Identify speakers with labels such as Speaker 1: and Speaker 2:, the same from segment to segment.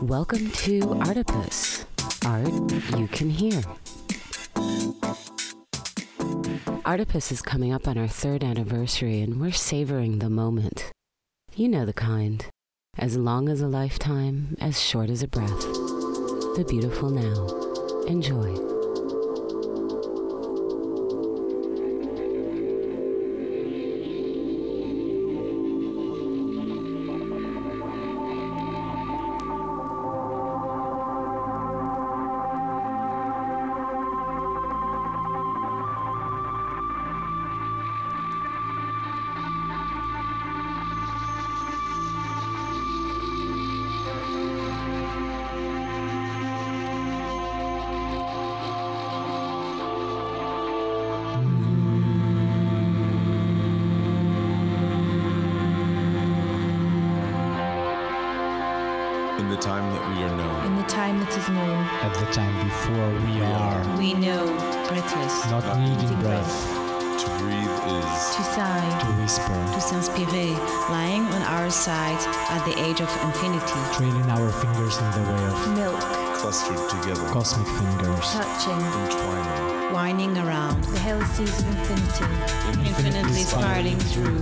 Speaker 1: Welcome to Artipus, art you can hear. Artipus is coming up on our third anniversary, and we're savoring the moment. You know the kind. As long as a lifetime, as short as a breath. The beautiful now. Enjoy.
Speaker 2: In the time that we are known,
Speaker 3: In the time that is known,
Speaker 4: at the time before we are
Speaker 5: We know breathless.
Speaker 4: not needing breath
Speaker 2: to breathe is
Speaker 3: to sigh,
Speaker 4: to whisper,
Speaker 5: To s'inspirer, lying on our side at the age of infinity.
Speaker 4: trailing our fingers in the way of
Speaker 3: milk,
Speaker 2: clustered together,
Speaker 4: cosmic fingers,
Speaker 3: touching,
Speaker 2: entwining,
Speaker 5: Winding around,
Speaker 3: the helices of infinity,
Speaker 5: infinitely spiraling through,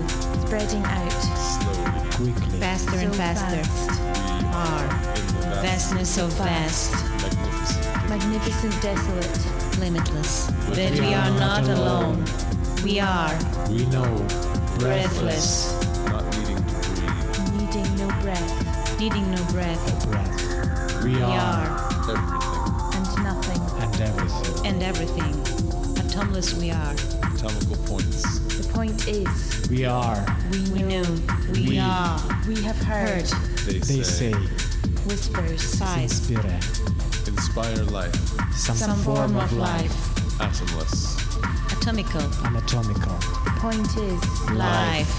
Speaker 3: spreading out,
Speaker 2: slowly.
Speaker 4: quickly,
Speaker 5: faster and
Speaker 3: So
Speaker 5: faster.
Speaker 2: We
Speaker 5: Are
Speaker 2: in the vast,
Speaker 5: vastness of vast,
Speaker 2: magnificent,
Speaker 3: magnificent, desolate,
Speaker 5: limitless. That we are not alone. We are
Speaker 4: we know
Speaker 5: breathless,
Speaker 2: not needing to breathe,
Speaker 3: needing no breath,
Speaker 5: needing no breath.
Speaker 4: breath. We
Speaker 5: We
Speaker 4: are
Speaker 5: are
Speaker 2: everything,
Speaker 3: and nothing,
Speaker 4: and everything.
Speaker 5: and everything. Atomless we are.
Speaker 2: atomical points,
Speaker 3: the point is,
Speaker 4: We are,
Speaker 5: We know. We
Speaker 4: We
Speaker 5: are
Speaker 3: we have heard,
Speaker 5: heard,
Speaker 2: they,
Speaker 4: they say,
Speaker 3: whispers,
Speaker 5: size,
Speaker 4: inspire,
Speaker 2: Inspire life,
Speaker 4: some,
Speaker 5: some form of life.
Speaker 2: atomless,
Speaker 5: Atomical.
Speaker 4: anatomical,
Speaker 3: the point is,
Speaker 5: life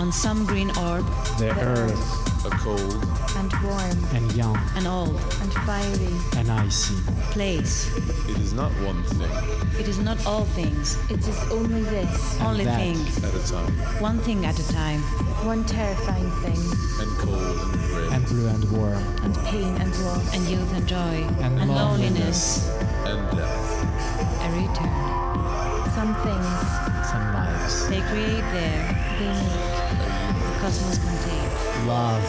Speaker 5: on some green orb
Speaker 4: the earth
Speaker 2: a cold,
Speaker 3: and warm,
Speaker 4: and young
Speaker 5: an old
Speaker 3: and fiery,
Speaker 4: and icy.
Speaker 5: place.
Speaker 2: it is not one thing
Speaker 5: It is not all things,
Speaker 3: it is only this,
Speaker 5: only
Speaker 4: that.
Speaker 5: thing,
Speaker 2: at a time,
Speaker 5: one thing at a time,
Speaker 3: one terrifying thing,
Speaker 2: and cold and gray,
Speaker 4: And blue and warm,
Speaker 3: and pain and loss,
Speaker 5: and youth and joy, and,
Speaker 4: loneliness.
Speaker 5: loneliness,
Speaker 2: and death,
Speaker 5: a return.
Speaker 3: some things,
Speaker 4: some lives,
Speaker 5: They create their
Speaker 3: they make,
Speaker 5: cosmos contained.
Speaker 4: love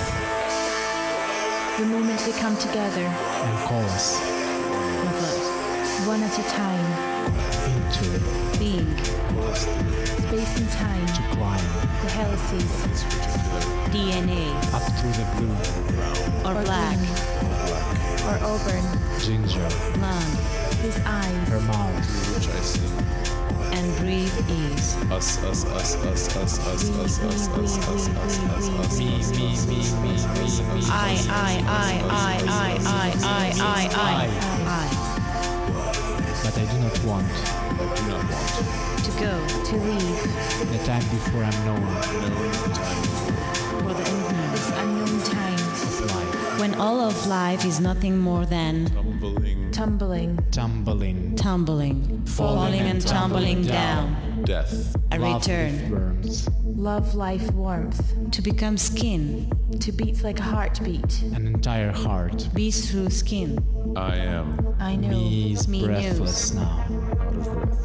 Speaker 3: the moment they come together,
Speaker 4: and chorus
Speaker 5: Marvelous.
Speaker 3: one at a time,
Speaker 4: into
Speaker 5: Being,
Speaker 3: space and
Speaker 4: to
Speaker 3: time,
Speaker 4: climb
Speaker 3: the helices,
Speaker 2: this particular
Speaker 5: DNA,
Speaker 4: up through the blue,
Speaker 5: or
Speaker 3: or
Speaker 5: black,
Speaker 3: green, or auburn,
Speaker 4: ginger,
Speaker 5: lung,
Speaker 3: his
Speaker 4: her
Speaker 3: eyes,
Speaker 4: mouth.
Speaker 2: through which I see
Speaker 5: and breathe is.
Speaker 2: us, us, us, us, us, us, us, us, us, us, us, us, us,
Speaker 4: Me, me, me, me, me, me.
Speaker 5: I, I, I, I, I, I, I, I, I,
Speaker 4: But I do not want
Speaker 2: I do not want
Speaker 5: I, to go
Speaker 3: to leave,
Speaker 4: the time before I'm known
Speaker 2: known time
Speaker 5: for the unknown.
Speaker 3: this unknown time,
Speaker 4: of life,
Speaker 5: When all of life is nothing more than
Speaker 2: tumbling
Speaker 3: tumbling,
Speaker 4: tumbling,
Speaker 5: tumbling, falling and tumbling down,
Speaker 2: death,
Speaker 5: a
Speaker 4: love
Speaker 5: return.
Speaker 4: with worms,
Speaker 3: love, life, warmth,
Speaker 5: to become skin,
Speaker 3: to beat like a heartbeat.
Speaker 4: an entire heart.
Speaker 5: be through skin,
Speaker 2: I am
Speaker 3: I know
Speaker 4: Me is
Speaker 5: Me
Speaker 4: breathless now.
Speaker 2: out of breath.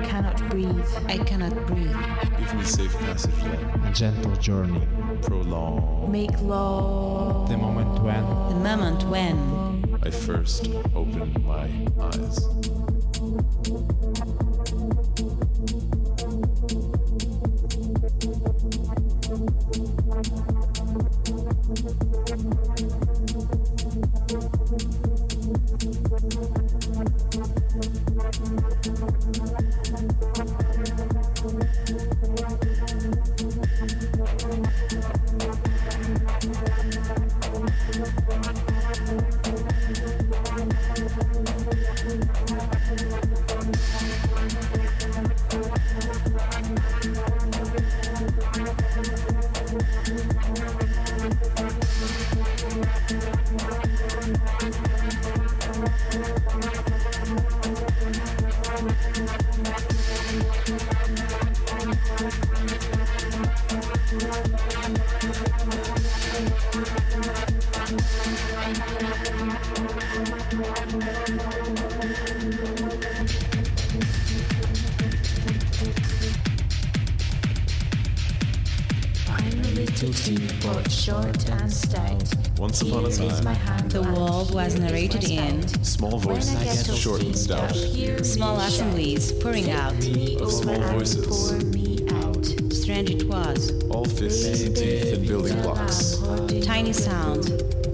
Speaker 3: I cannot breathe.
Speaker 5: I cannot breathe,
Speaker 2: Give me safe passage then,
Speaker 4: A gentle journey.
Speaker 2: prolong.
Speaker 3: Make law,
Speaker 4: The moment when
Speaker 5: the moment when
Speaker 2: I first open my eyes.
Speaker 5: I
Speaker 3: little too both short and stout.
Speaker 2: Once upon a
Speaker 3: Here is my
Speaker 2: time,
Speaker 3: hand
Speaker 5: The
Speaker 3: and
Speaker 5: wall was
Speaker 3: here is
Speaker 5: narrated
Speaker 3: my
Speaker 5: in
Speaker 3: spout.
Speaker 2: small voices, short and stout.
Speaker 5: small assemblies pouring out.
Speaker 2: Small voices.
Speaker 3: Pour me out.
Speaker 5: Strange it was.
Speaker 2: All fists, teeth, and building blocks.
Speaker 5: Tiny sound,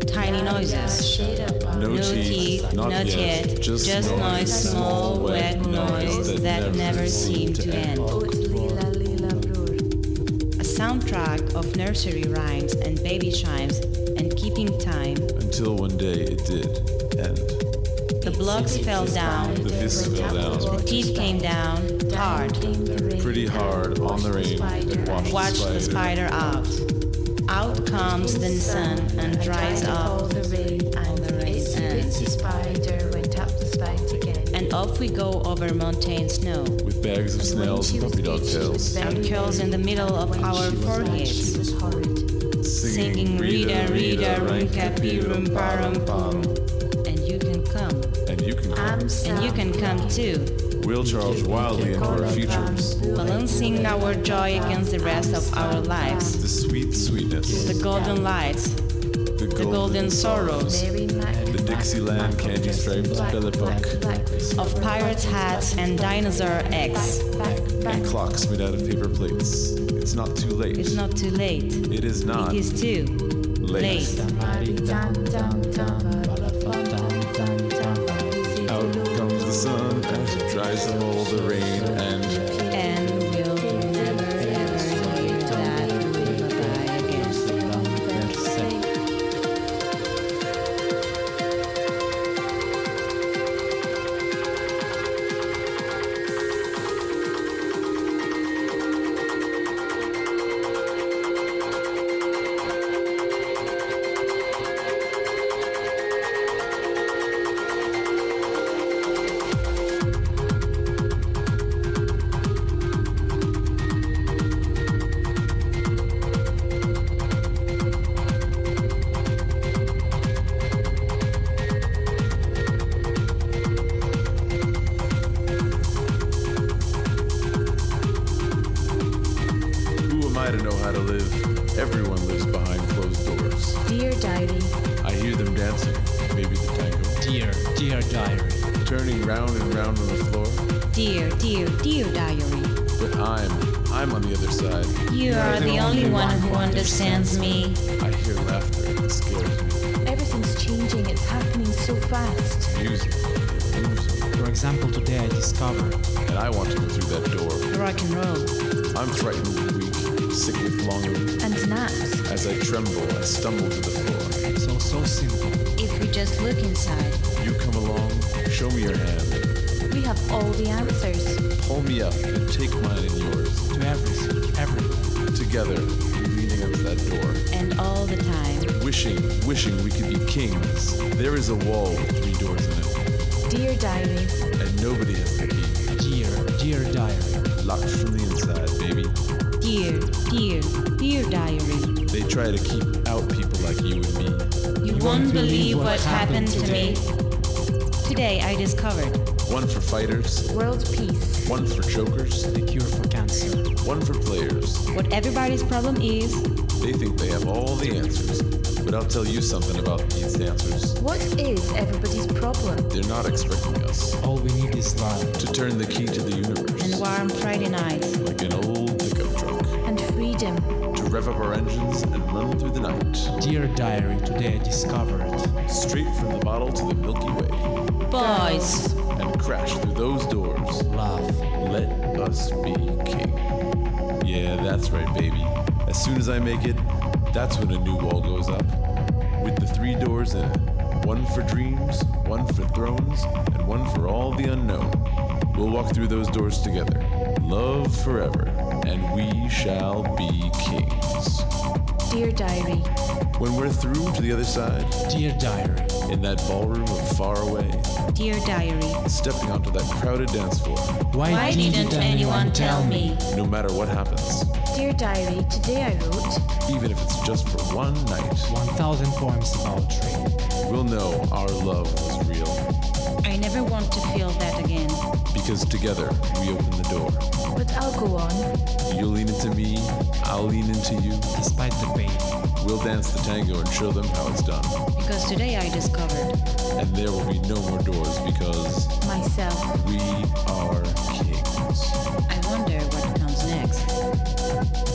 Speaker 5: tiny noises.
Speaker 2: No
Speaker 5: No
Speaker 2: teeth,
Speaker 5: teeth,
Speaker 2: not yet.
Speaker 5: Just, noise, small, wet noise that never seemed to end. A soundtrack of nursery rhymes and baby chimes and keeping time.
Speaker 2: Until one day it did end.
Speaker 5: The blocks fell down.
Speaker 2: The fists fell down,
Speaker 5: The teeth came down hard.
Speaker 2: pretty hard on the rain, and watched,
Speaker 5: Watch the
Speaker 2: the spider.
Speaker 5: spider out. Out comes the sun and dries
Speaker 3: all
Speaker 5: up,
Speaker 3: the rain and
Speaker 5: the rain
Speaker 3: it's
Speaker 5: and-
Speaker 3: the spider went up the slide again.
Speaker 5: and off we go over mountain snow.
Speaker 2: With bags of snails and puppy dog tails,
Speaker 5: and curls in the middle of our foreheads.
Speaker 2: singing Rita, Rita, Ranka, Pirum, Parum, Pam.
Speaker 5: And you can come.
Speaker 2: And you can come.
Speaker 5: And you can come too,
Speaker 2: We'll charge wildly into our futures.
Speaker 5: balancing our joy against the rest of our lives.
Speaker 2: The sweet sweetness,
Speaker 5: The golden lights,
Speaker 2: the
Speaker 5: the golden
Speaker 2: golden
Speaker 5: sorrows
Speaker 2: The Dixieland candy striped belly book
Speaker 5: of pirates' hats and dinosaur eggs.
Speaker 2: and clocks made out of paper plates. It's not too late.
Speaker 5: It's not too late.
Speaker 2: It is not
Speaker 5: It is too
Speaker 2: late.
Speaker 5: late.
Speaker 2: Out comes the sun and dries up all the rain and
Speaker 5: And we'll never ever hear that lullaby again.
Speaker 2: who am I to know how to live? Everyone lives behind closed doors.
Speaker 3: Dear diary,
Speaker 2: I hear them dancing, maybe the tango,
Speaker 4: Dear, dear diary,
Speaker 2: turning round and round on the floor.
Speaker 5: Dear, dear, dear diary,
Speaker 2: But I'm, I'm on the other side.
Speaker 5: you are the only one who understands me.
Speaker 2: I hear laughter, it scares
Speaker 5: Oh.
Speaker 2: me.
Speaker 3: everything's changing. It's happening so fast.
Speaker 2: Music, music.
Speaker 4: for example, today I discovered
Speaker 2: And I want to go through that door.
Speaker 5: Rock and roll.
Speaker 2: I'm frightened, weak, sick with longing.
Speaker 3: And naps.
Speaker 2: As I tremble, I stumble to the floor.
Speaker 4: so, so simple.
Speaker 5: If we just look inside,
Speaker 2: You come along, show me your hand,
Speaker 3: We have all the answers.
Speaker 2: pull me up, and take mine and yours.
Speaker 4: To everything, everything.
Speaker 2: Together, we lean against that door.
Speaker 5: and all the time,
Speaker 2: Wishing, wishing we could be kings. There is a wall with three doors in it,
Speaker 3: Dear diary,
Speaker 2: and nobody has the key.
Speaker 4: Dear, dear diary,
Speaker 2: Locked from the inside, baby.
Speaker 5: dear, dear, dear diary,
Speaker 2: They try to keep out people like you and me.
Speaker 5: you won't believe what happened to me. Today I discovered
Speaker 2: One for fighters,
Speaker 3: world peace.
Speaker 2: one for chokers,
Speaker 4: the cure for cancer.
Speaker 2: one for players.
Speaker 5: what everybody's problem is.
Speaker 2: They think they have all the answers. But I'll tell you something about these answers.
Speaker 3: What is everybody's problem?
Speaker 2: They're not expecting us
Speaker 4: All we need is love.
Speaker 2: to turn the key to the
Speaker 5: And
Speaker 2: universe
Speaker 5: warm Friday nights,
Speaker 2: like an old pickup truck
Speaker 3: And freedom.
Speaker 2: to rev up our engines and run through the night
Speaker 4: Dear diary, today I discovered
Speaker 2: straight from the bottle to the Milky Way
Speaker 5: boys,
Speaker 2: and crash through those doors.
Speaker 4: love.
Speaker 2: Let us be king. Yeah, that's right, baby. As soon as I make it, that's when a new wall goes up with the three doors in it one for dreams, one for thrones, and one for all the unknown. We'll walk through those doors together. Love forever, and we shall be kings.
Speaker 3: Dear diary,
Speaker 2: When we're through to the other side,
Speaker 4: Dear diary,
Speaker 2: in that ballroom of far away,
Speaker 5: dear diary.
Speaker 2: stepping onto that crowded dance floor,
Speaker 4: why,
Speaker 5: Why didn't anyone tell me?
Speaker 2: no matter what happens,
Speaker 3: dear diary, today I wrote,
Speaker 2: even if it's just for one night,
Speaker 4: 1000 poems about tree.
Speaker 2: we'll know our love was real
Speaker 5: I never want to feel that again.
Speaker 2: because together we open the door.
Speaker 3: but I'll go on.
Speaker 2: You'll lean into me, I'll I'll lean into you.
Speaker 4: Despite the pain,
Speaker 2: We'll dance the tango and show them how it's done.
Speaker 5: Because today I discovered
Speaker 2: And there will be no more doors because
Speaker 3: myself,
Speaker 2: we are kings.
Speaker 5: I wonder what comes next.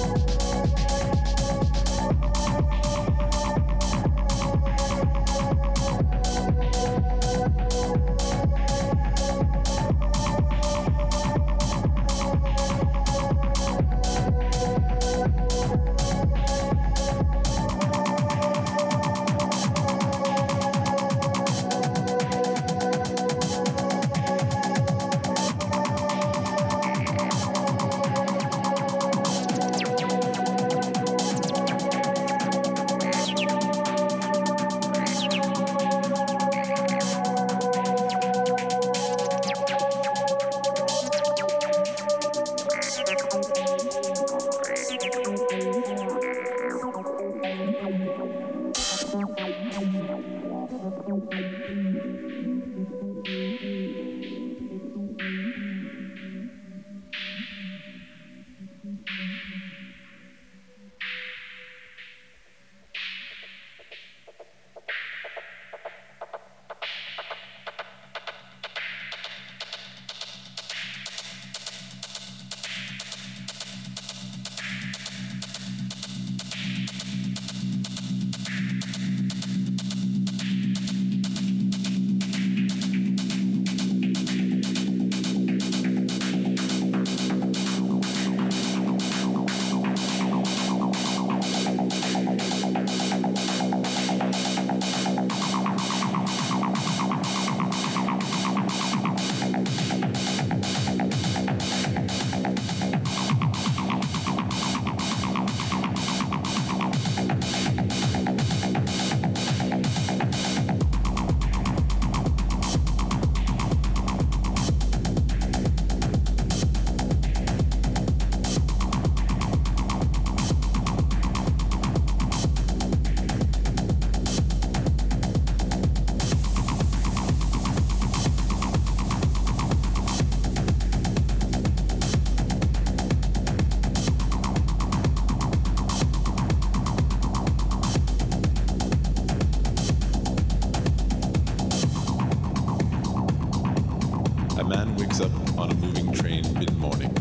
Speaker 2: A man wakes up on a moving train mid morning.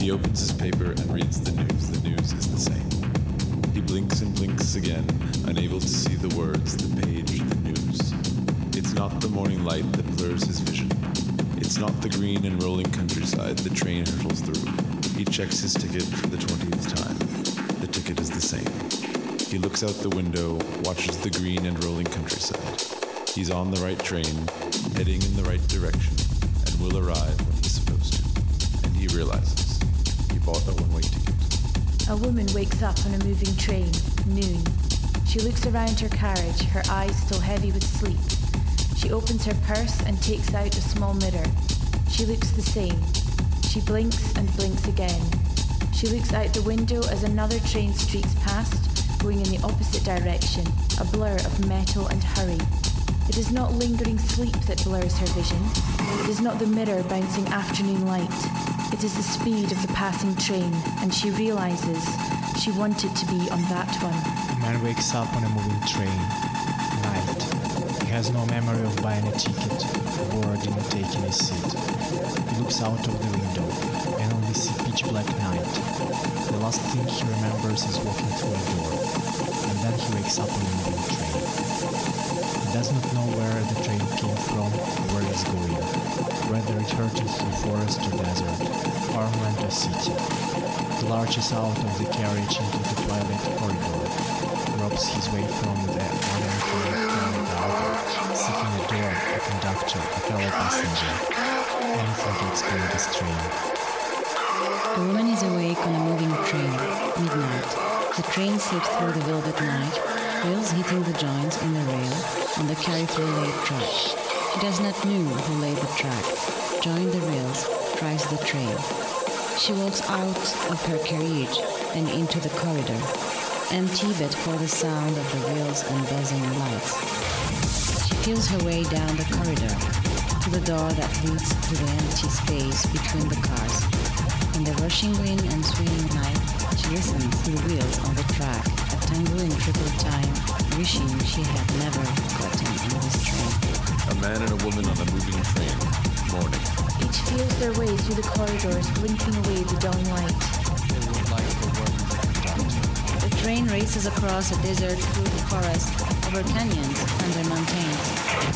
Speaker 2: He opens his paper and reads the news. The news is the same. He blinks and blinks again, unable to see the words, the page, the news. It's not the morning light that blurs his vision. It's not the green and rolling countryside the train hurtles through. He checks his ticket for the 20th time. The ticket is the same. He looks out the window, watches the green and rolling countryside. He's on the right train, heading in the right direction, and will arrive when he's supposed to. And he realizes he bought a one-way ticket.
Speaker 3: a woman wakes up on a moving train, noon. She looks around her carriage, her eyes still heavy with sleep. She opens her purse and takes out a small mirror. She looks the same. She blinks and blinks again. She looks out the window as another train streaks past, going in the opposite direction, a blur of metal and hurry. It is not lingering sleep that blurs her vision. It is not the mirror bouncing afternoon light. It is the speed of the passing train, and she realizes she wanted to be on that one.
Speaker 4: a man wakes up on a moving train. Night. He has no memory of buying a ticket or ordering taking a seat. He looks out of the window and only see pitch black night. The last thing he remembers is walking through a door. And then he wakes up on a moving train. He does not know where the train came from or where it's going. Whether it hurtles through forest or desert, farmland or city. He lurches out of the carriage into the twilight corridor, robs his way from the modern train to the other, seeking a door, a conductor, a fellow passenger. Anything to explain this train.
Speaker 5: A woman is awake on a moving train, midnight. The train slips through the velvet night, wheels hitting the joints on the rail on the carefully laid track. She does not know who laid the track, joined the rails, drives the train. She walks out of her carriage and into the corridor, empty but for the sound of the wheels and buzzing lights. She feels her way down the corridor to the door that leads to the empty space between the cars. In the rushing wind and swinging night, she listens to the triple time, wishing she had never gotten in this train.
Speaker 2: A man and a woman on a moving train. Morning.
Speaker 3: Each feels their way through the corridors, blinking away the dawning light.
Speaker 4: They would like the world to conduct.
Speaker 5: The train races across a desert through the forest, over canyons, under mountains.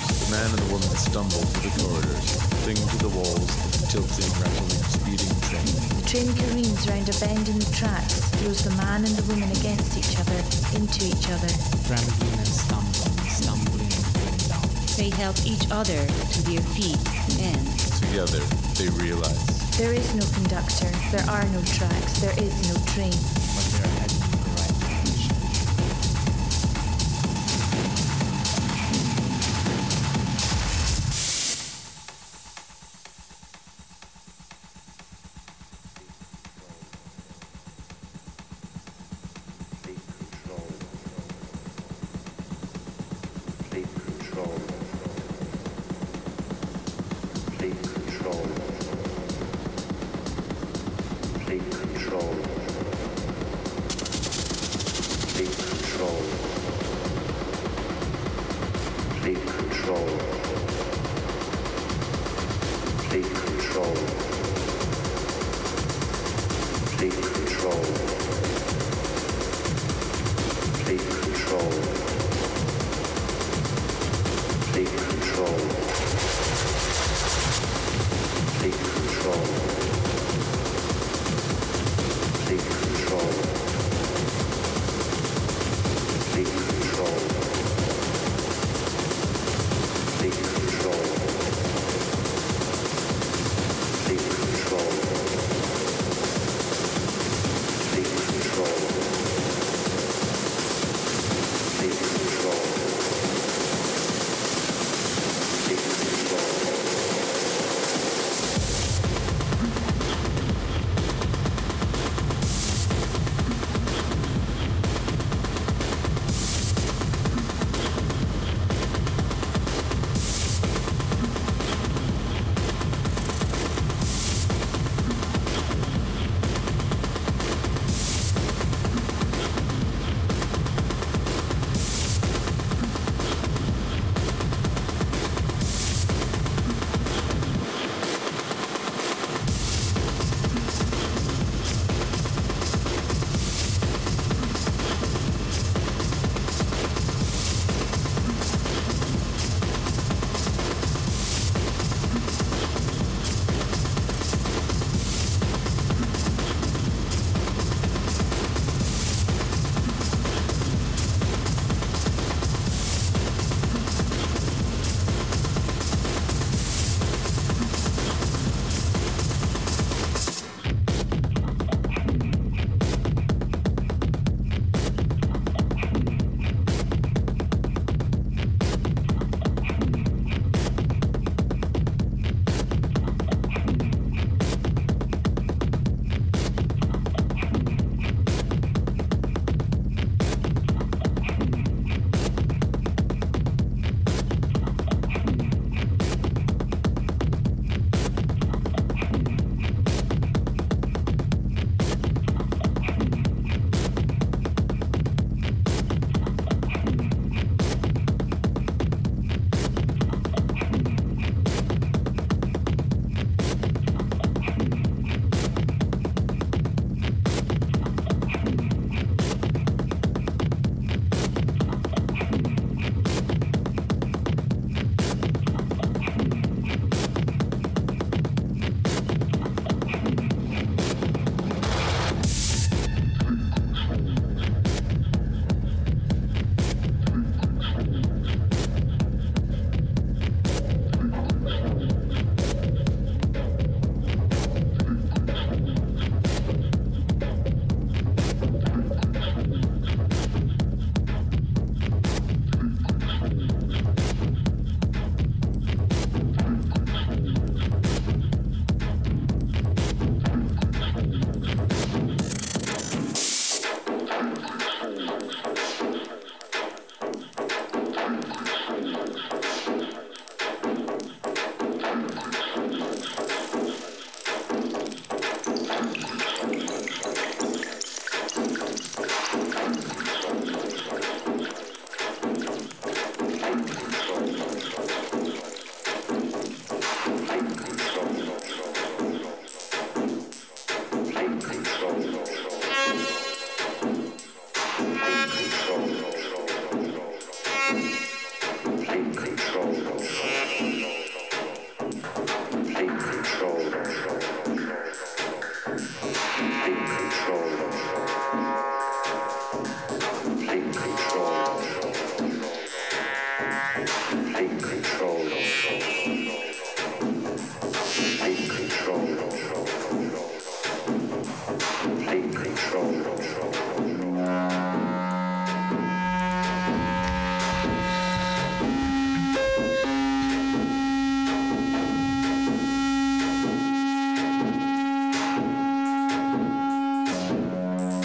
Speaker 2: The man and the woman stumble through the corridors, cling to the walls, tilting, rattling, speeding train.
Speaker 3: The train careens round a bend in the tracks, throws the man and the woman against each other, into each other.
Speaker 4: Trembling and stumbling, stumbling and falling down.
Speaker 5: They help each other to their feet, and
Speaker 2: Together, they realize
Speaker 3: There is no conductor, there are no tracks, there is no train.
Speaker 4: But they are heading in the right direction.
Speaker 6: Sleep control. Sleep control. Sleep control. Sleep control. Sleep control. Sleep control. Sleep control. Sleep control. Take control. Take control. Take control. Take control. Take control. Take control. Take control. Take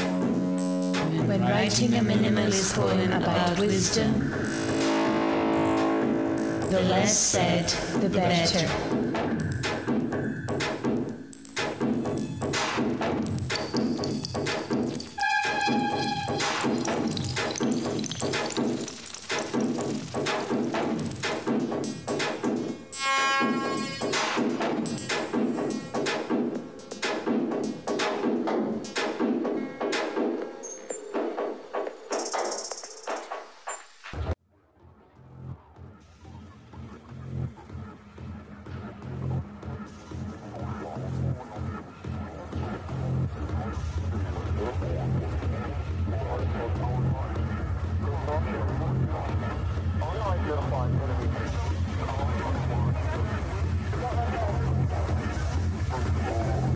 Speaker 3: When writing a minimalist poem about wisdom, the less said, the better.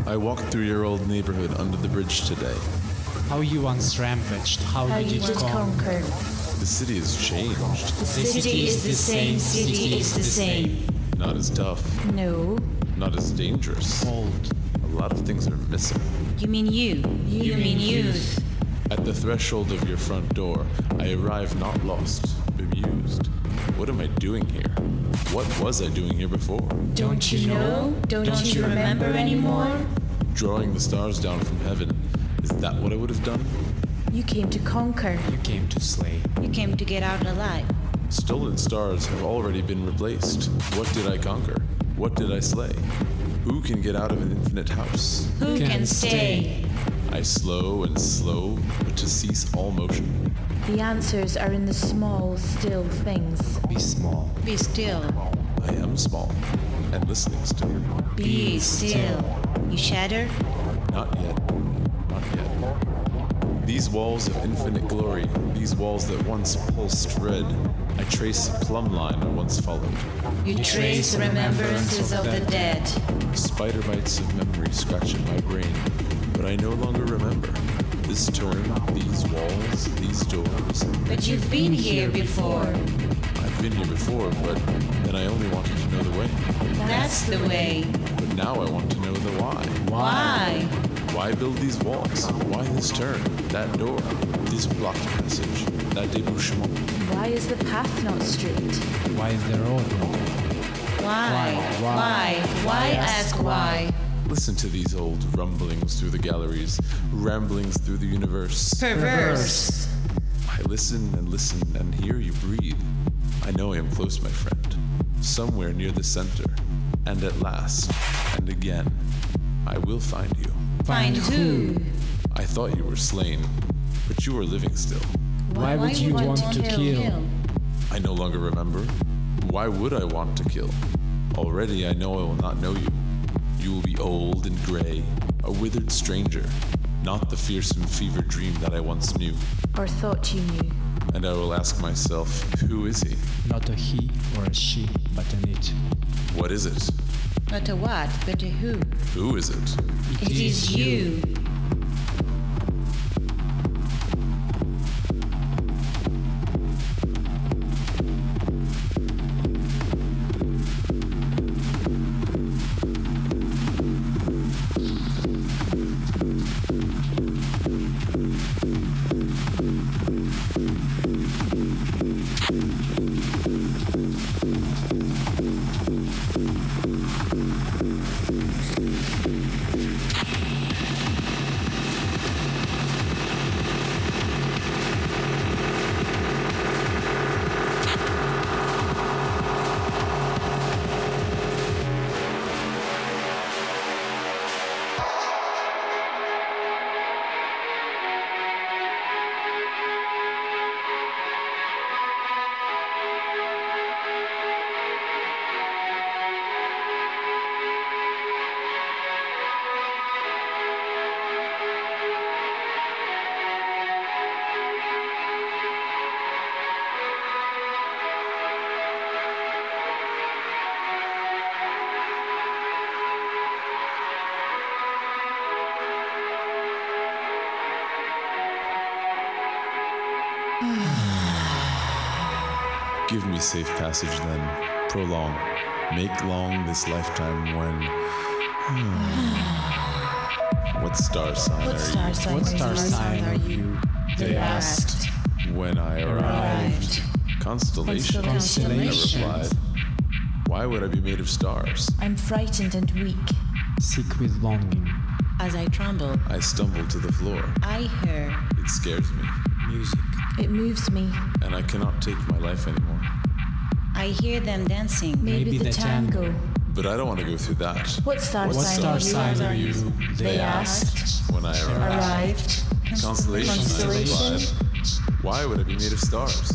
Speaker 2: I walked through your old neighborhood under the bridge today.
Speaker 4: How you once rampaged, how,
Speaker 3: How
Speaker 4: did
Speaker 3: you
Speaker 4: it
Speaker 3: was
Speaker 4: come?
Speaker 3: conquered.
Speaker 2: The city has changed.
Speaker 3: The city is the same, city is the same.
Speaker 2: Not as tough,
Speaker 3: No,
Speaker 2: not as dangerous.
Speaker 4: Old.
Speaker 2: A lot of things are missing.
Speaker 5: You mean you? You, mean youth?
Speaker 2: At the threshold of your front door, I arrive not lost, bemused. What am I doing here? What was I doing here before?
Speaker 3: don't you know? Don't you remember anymore?
Speaker 2: Drawing the stars down from heaven. Is that what I would have done?
Speaker 3: You came to conquer.
Speaker 4: You came to slay.
Speaker 5: You came to get out alive.
Speaker 2: Stolen stars have already been replaced. What did I conquer? What did I slay? Who can get out of an infinite house?
Speaker 5: Who
Speaker 4: Can
Speaker 5: can, stay?
Speaker 2: I slow and slow, but to cease all motion.
Speaker 3: The answers are in the small, still things.
Speaker 4: Be small.
Speaker 5: Be still.
Speaker 2: I am small and listening still.
Speaker 5: Be still. You shatter?
Speaker 2: Not yet. Not yet. These walls of infinite glory, these walls that once pulsed red, I trace a plumb line I once followed.
Speaker 5: You trace the remembrances of the dead.
Speaker 2: Spider bites of memory scratch at my brain, but I no longer remember. This turn, these walls, these doors.
Speaker 5: But you've been here before.
Speaker 2: I've been here before, but then I only wanted to know the way.
Speaker 5: That's the way.
Speaker 2: But now I want to know the why.
Speaker 5: Why?
Speaker 2: Why build these walls? Why this turn? That door? This blocked passage? That debouchement?
Speaker 3: Why is the path not straight?
Speaker 4: Why is there road no?
Speaker 5: Why? Why? Why ask why?
Speaker 2: Listen to these old rumblings through the galleries, ramblings through the universe.
Speaker 5: Perverse.
Speaker 2: I listen and listen and hear you breathe. I know I am close, my friend, somewhere near the center. And at last, and again, I will find you.
Speaker 5: Find who?
Speaker 2: I thought you were slain, but you are living still.
Speaker 4: Why would you
Speaker 5: would
Speaker 4: want to kill?
Speaker 2: I no longer remember. Why would I want to kill? Already I know I will not know you. You will be old and gray, a withered stranger, not the fearsome fever dream that I once knew.
Speaker 3: Or thought you knew?
Speaker 2: And I will ask myself, who is he?
Speaker 4: Not a he or a she, but an it.
Speaker 2: What is it?
Speaker 5: Not a what, but a who.
Speaker 2: Who is it?
Speaker 5: It is you.
Speaker 2: Give me safe passage then, prolong, make long this lifetime when. Hmm. what star sign
Speaker 3: What
Speaker 2: are
Speaker 3: star sign
Speaker 4: What
Speaker 3: are you?
Speaker 4: star sign are you? They asked.
Speaker 2: you? When I arrived. Constellation.
Speaker 5: Constellation.
Speaker 2: I replied. Why would I be made of stars?
Speaker 3: I'm frightened and weak.
Speaker 4: Sick with longing.
Speaker 5: As I tremble,
Speaker 2: I stumbled to the floor.
Speaker 5: I hear
Speaker 2: It scares me,
Speaker 4: Music.
Speaker 3: It moves me.
Speaker 2: and I cannot take my life anymore.
Speaker 5: I hear them dancing.
Speaker 3: Maybe,
Speaker 4: Maybe
Speaker 3: the,
Speaker 4: the
Speaker 3: tango.
Speaker 4: tango.
Speaker 2: But I don't want to go through that.
Speaker 3: What star
Speaker 4: What
Speaker 3: sign
Speaker 4: star
Speaker 3: are you?
Speaker 4: sign are you?
Speaker 3: They
Speaker 4: They
Speaker 3: asked.
Speaker 4: asked.
Speaker 2: When I arrived.
Speaker 3: Arrived.
Speaker 2: Constellation. I
Speaker 4: Constellation.
Speaker 2: replied. Why would I be made of stars?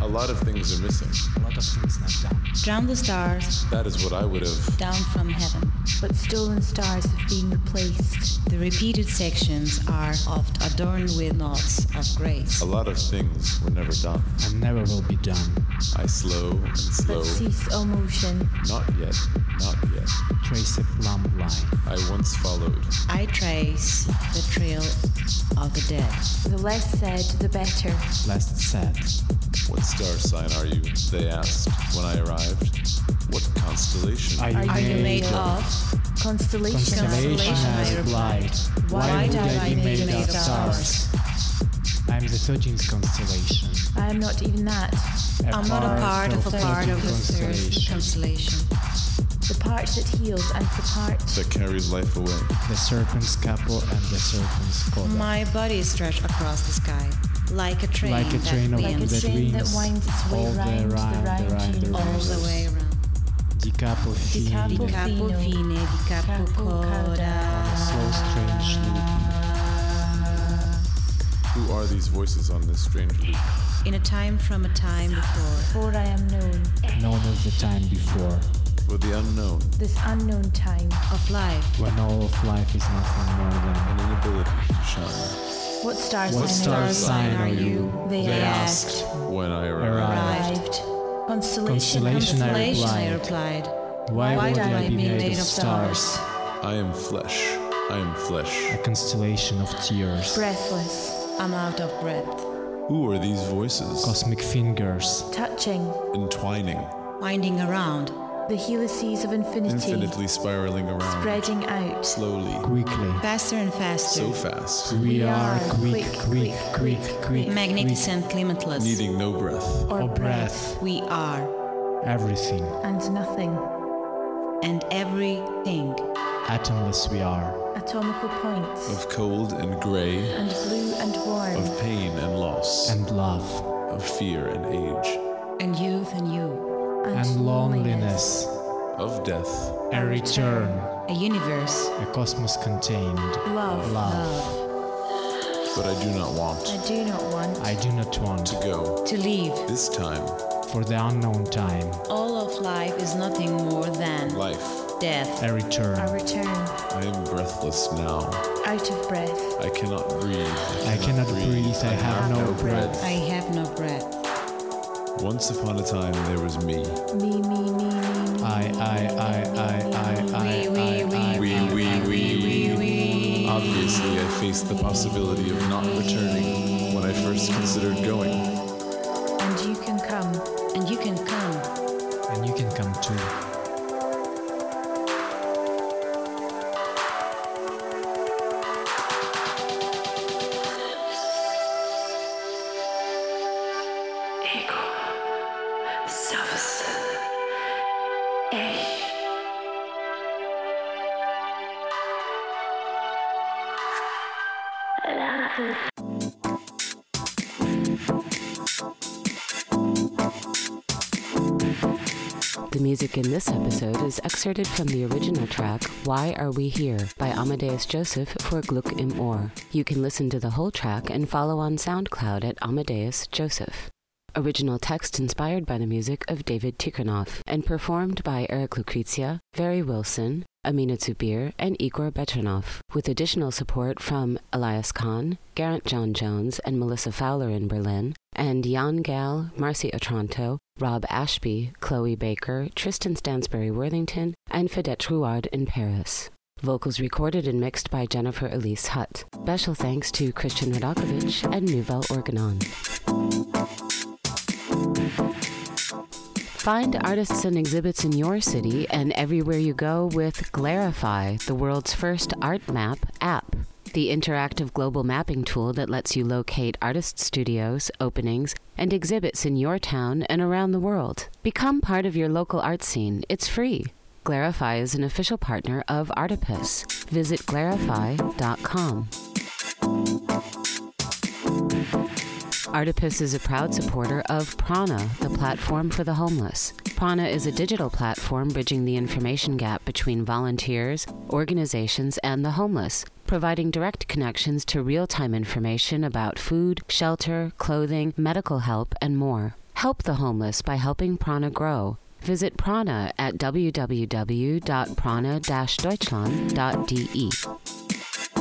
Speaker 2: A lot of things are missing.
Speaker 4: A lot of things not done.
Speaker 5: Drown the stars
Speaker 2: That is what I would have.
Speaker 5: down from heaven.
Speaker 3: But stolen stars have been replaced.
Speaker 5: The repeated sections are oft adorned with knots of grace.
Speaker 2: A lot of things were never done.
Speaker 4: And never will be done.
Speaker 2: I slow and slow.
Speaker 3: But cease all motion.
Speaker 2: Not yet. Not yet.
Speaker 4: Trace a plumb line.
Speaker 2: I once followed.
Speaker 5: I trace the trail of the dead.
Speaker 3: The less said, the better.
Speaker 4: Last said.
Speaker 2: What star sign are you? They asked when I arrived. What constellation?
Speaker 4: Are you
Speaker 5: Are you made of?
Speaker 3: Constellation.
Speaker 4: Constellation
Speaker 5: Constellation,
Speaker 4: I
Speaker 5: I
Speaker 4: replied. Why would I be made of stars? I'm the thirteenth constellation.
Speaker 3: I am not even that.
Speaker 5: I'm not a part of a part of the third constellation.
Speaker 3: The part that heals and the part.
Speaker 2: that carries life away.
Speaker 4: The serpent's couple and the serpent's coda.
Speaker 5: My body is stretched across the sky like a train,
Speaker 4: Like a train
Speaker 5: that
Speaker 4: of
Speaker 3: Like a
Speaker 5: winds
Speaker 4: that
Speaker 3: train that
Speaker 4: winds
Speaker 3: winds its way
Speaker 4: all the
Speaker 3: round the
Speaker 4: round,
Speaker 3: round
Speaker 4: the round, the
Speaker 3: you.
Speaker 4: round.
Speaker 5: all the way around.
Speaker 4: Di capo
Speaker 3: Di capo
Speaker 5: Di
Speaker 4: fine.
Speaker 5: capo fine, di capo
Speaker 3: Capo
Speaker 5: coda.
Speaker 3: coda.
Speaker 4: So strange looking.
Speaker 2: Who are these voices on this strange loop?
Speaker 5: In a time from a time before.
Speaker 3: Before I am known,
Speaker 4: Known of the time before.
Speaker 2: For the unknown,
Speaker 3: this unknown time.
Speaker 5: Of life,
Speaker 4: When all of life is nothing more
Speaker 2: an
Speaker 4: than.
Speaker 2: inability to shine.
Speaker 3: What star
Speaker 4: What
Speaker 3: sign
Speaker 4: star
Speaker 3: are you?
Speaker 4: sign are you?
Speaker 3: They, asked.
Speaker 2: When I arrived,
Speaker 4: Arrived.
Speaker 3: Arrived. Constellation.
Speaker 4: Constellation I
Speaker 5: Constellation, I
Speaker 4: replied.
Speaker 5: replied.
Speaker 4: Why would I be made of stars?
Speaker 2: I am flesh. I am
Speaker 4: A
Speaker 2: flesh.
Speaker 4: constellation of tears.
Speaker 3: Breathless.
Speaker 5: I'm out of breath,
Speaker 2: Who are these voices?
Speaker 4: Cosmic fingers.
Speaker 3: Touching.
Speaker 2: Entwining,
Speaker 5: winding around,
Speaker 3: The helices of infinity.
Speaker 2: infinitely spiraling around,
Speaker 3: Spreading out.
Speaker 2: slowly,
Speaker 4: Quickly.
Speaker 5: faster and faster,
Speaker 2: so fast,
Speaker 4: We are quick, quick, quick, quick.
Speaker 5: magnificent, limitless.
Speaker 2: needing no breath.
Speaker 4: Or breath.
Speaker 5: We are,
Speaker 4: Everything.
Speaker 3: And nothing.
Speaker 5: and everything.
Speaker 4: Atomless we are.
Speaker 3: Atomical points.
Speaker 2: Of cold and grey,
Speaker 3: And blue and warm.
Speaker 2: of pain and loss,
Speaker 4: And love.
Speaker 2: of fear and age,
Speaker 5: And youth and you.
Speaker 4: And loneliness.
Speaker 2: of death,
Speaker 4: A return.
Speaker 5: A universe.
Speaker 4: A cosmos contained.
Speaker 3: Love.
Speaker 4: Love.
Speaker 2: but I do not want
Speaker 3: I do not want.
Speaker 4: I do not
Speaker 2: to
Speaker 4: want.
Speaker 2: go.
Speaker 5: To leave.
Speaker 2: This time,
Speaker 4: For the unknown time.
Speaker 5: All of life is nothing more than
Speaker 2: life,
Speaker 5: death.
Speaker 4: A
Speaker 3: I
Speaker 4: return.
Speaker 3: return.
Speaker 2: I am breathless now.
Speaker 3: Out of breath.
Speaker 2: I cannot breathe.
Speaker 4: I cannot breathe. I have no breath.
Speaker 5: I have no breath.
Speaker 2: Once upon a time, there was me.
Speaker 3: Me, me, me, me, me.
Speaker 4: I, I, I, I, I, I, I.
Speaker 2: We, we, we, we. Obviously, I faced the possibility of not returning when I first considered going.
Speaker 3: And you can come.
Speaker 5: And you can come.
Speaker 4: And you can come too.
Speaker 7: Ego, Substance, Ich.
Speaker 1: The music in this episode is excerpted from the original track Why Are We Here by Amadeus Joseph for Gluck im Ohr. You can listen to the whole track and follow on SoundCloud at Amadeus Joseph. Original text inspired by the music of David Tikhonov and performed by Eric Lucrezia, Very Wilson, Amina Zubir, and Igor Betranov, with additional support from Elias Kahn, Garrett John Jones, and Melissa Fowler in Berlin, and Jan Gall, Marcy Otranto, Rob Ashby, Chloe Baker, Tristan Stansbury Worthington, and Fedette Rouard in Paris. Vocals recorded and mixed by Jennifer Elise Hutt. Special thanks to Christian Radakovich and Nouvelle Organon. Find artists and exhibits in your city and everywhere you go with Glarify, the world's first art map app. The interactive global mapping tool that lets you locate artist studios, openings, and exhibits in your town and around the world. Become part of your local art scene. It's free. Glarify is an official partner of Artipus. Visit glarify.com. Artipus is a proud supporter of Prana, the platform for the homeless. Prana is a digital platform bridging the information gap between volunteers, organizations, and the homeless, providing direct connections to real time information about food, shelter, clothing, medical help, and more. Help the homeless by helping Prana grow. Visit Prana at www.prana deutschland.de.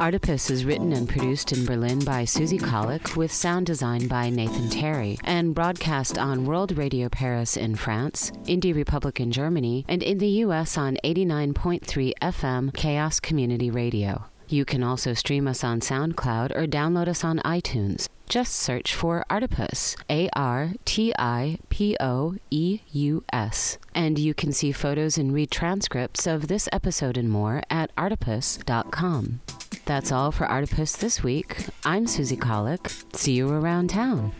Speaker 1: Artipus is written and produced in Berlin by Susie Kollick with sound design by Nathan Terry and broadcast on World Radio Paris in France, Indie Republic in Germany, and in the US on 89.3 FM Chaos Community Radio. You can also stream us on SoundCloud or download us on iTunes. Just search for Artipus, A R T I P O E U S. And you can see photos and read transcripts of this episode and more at artipus.com. That's all for Artipus this week. I'm Susie Colick. See you around town.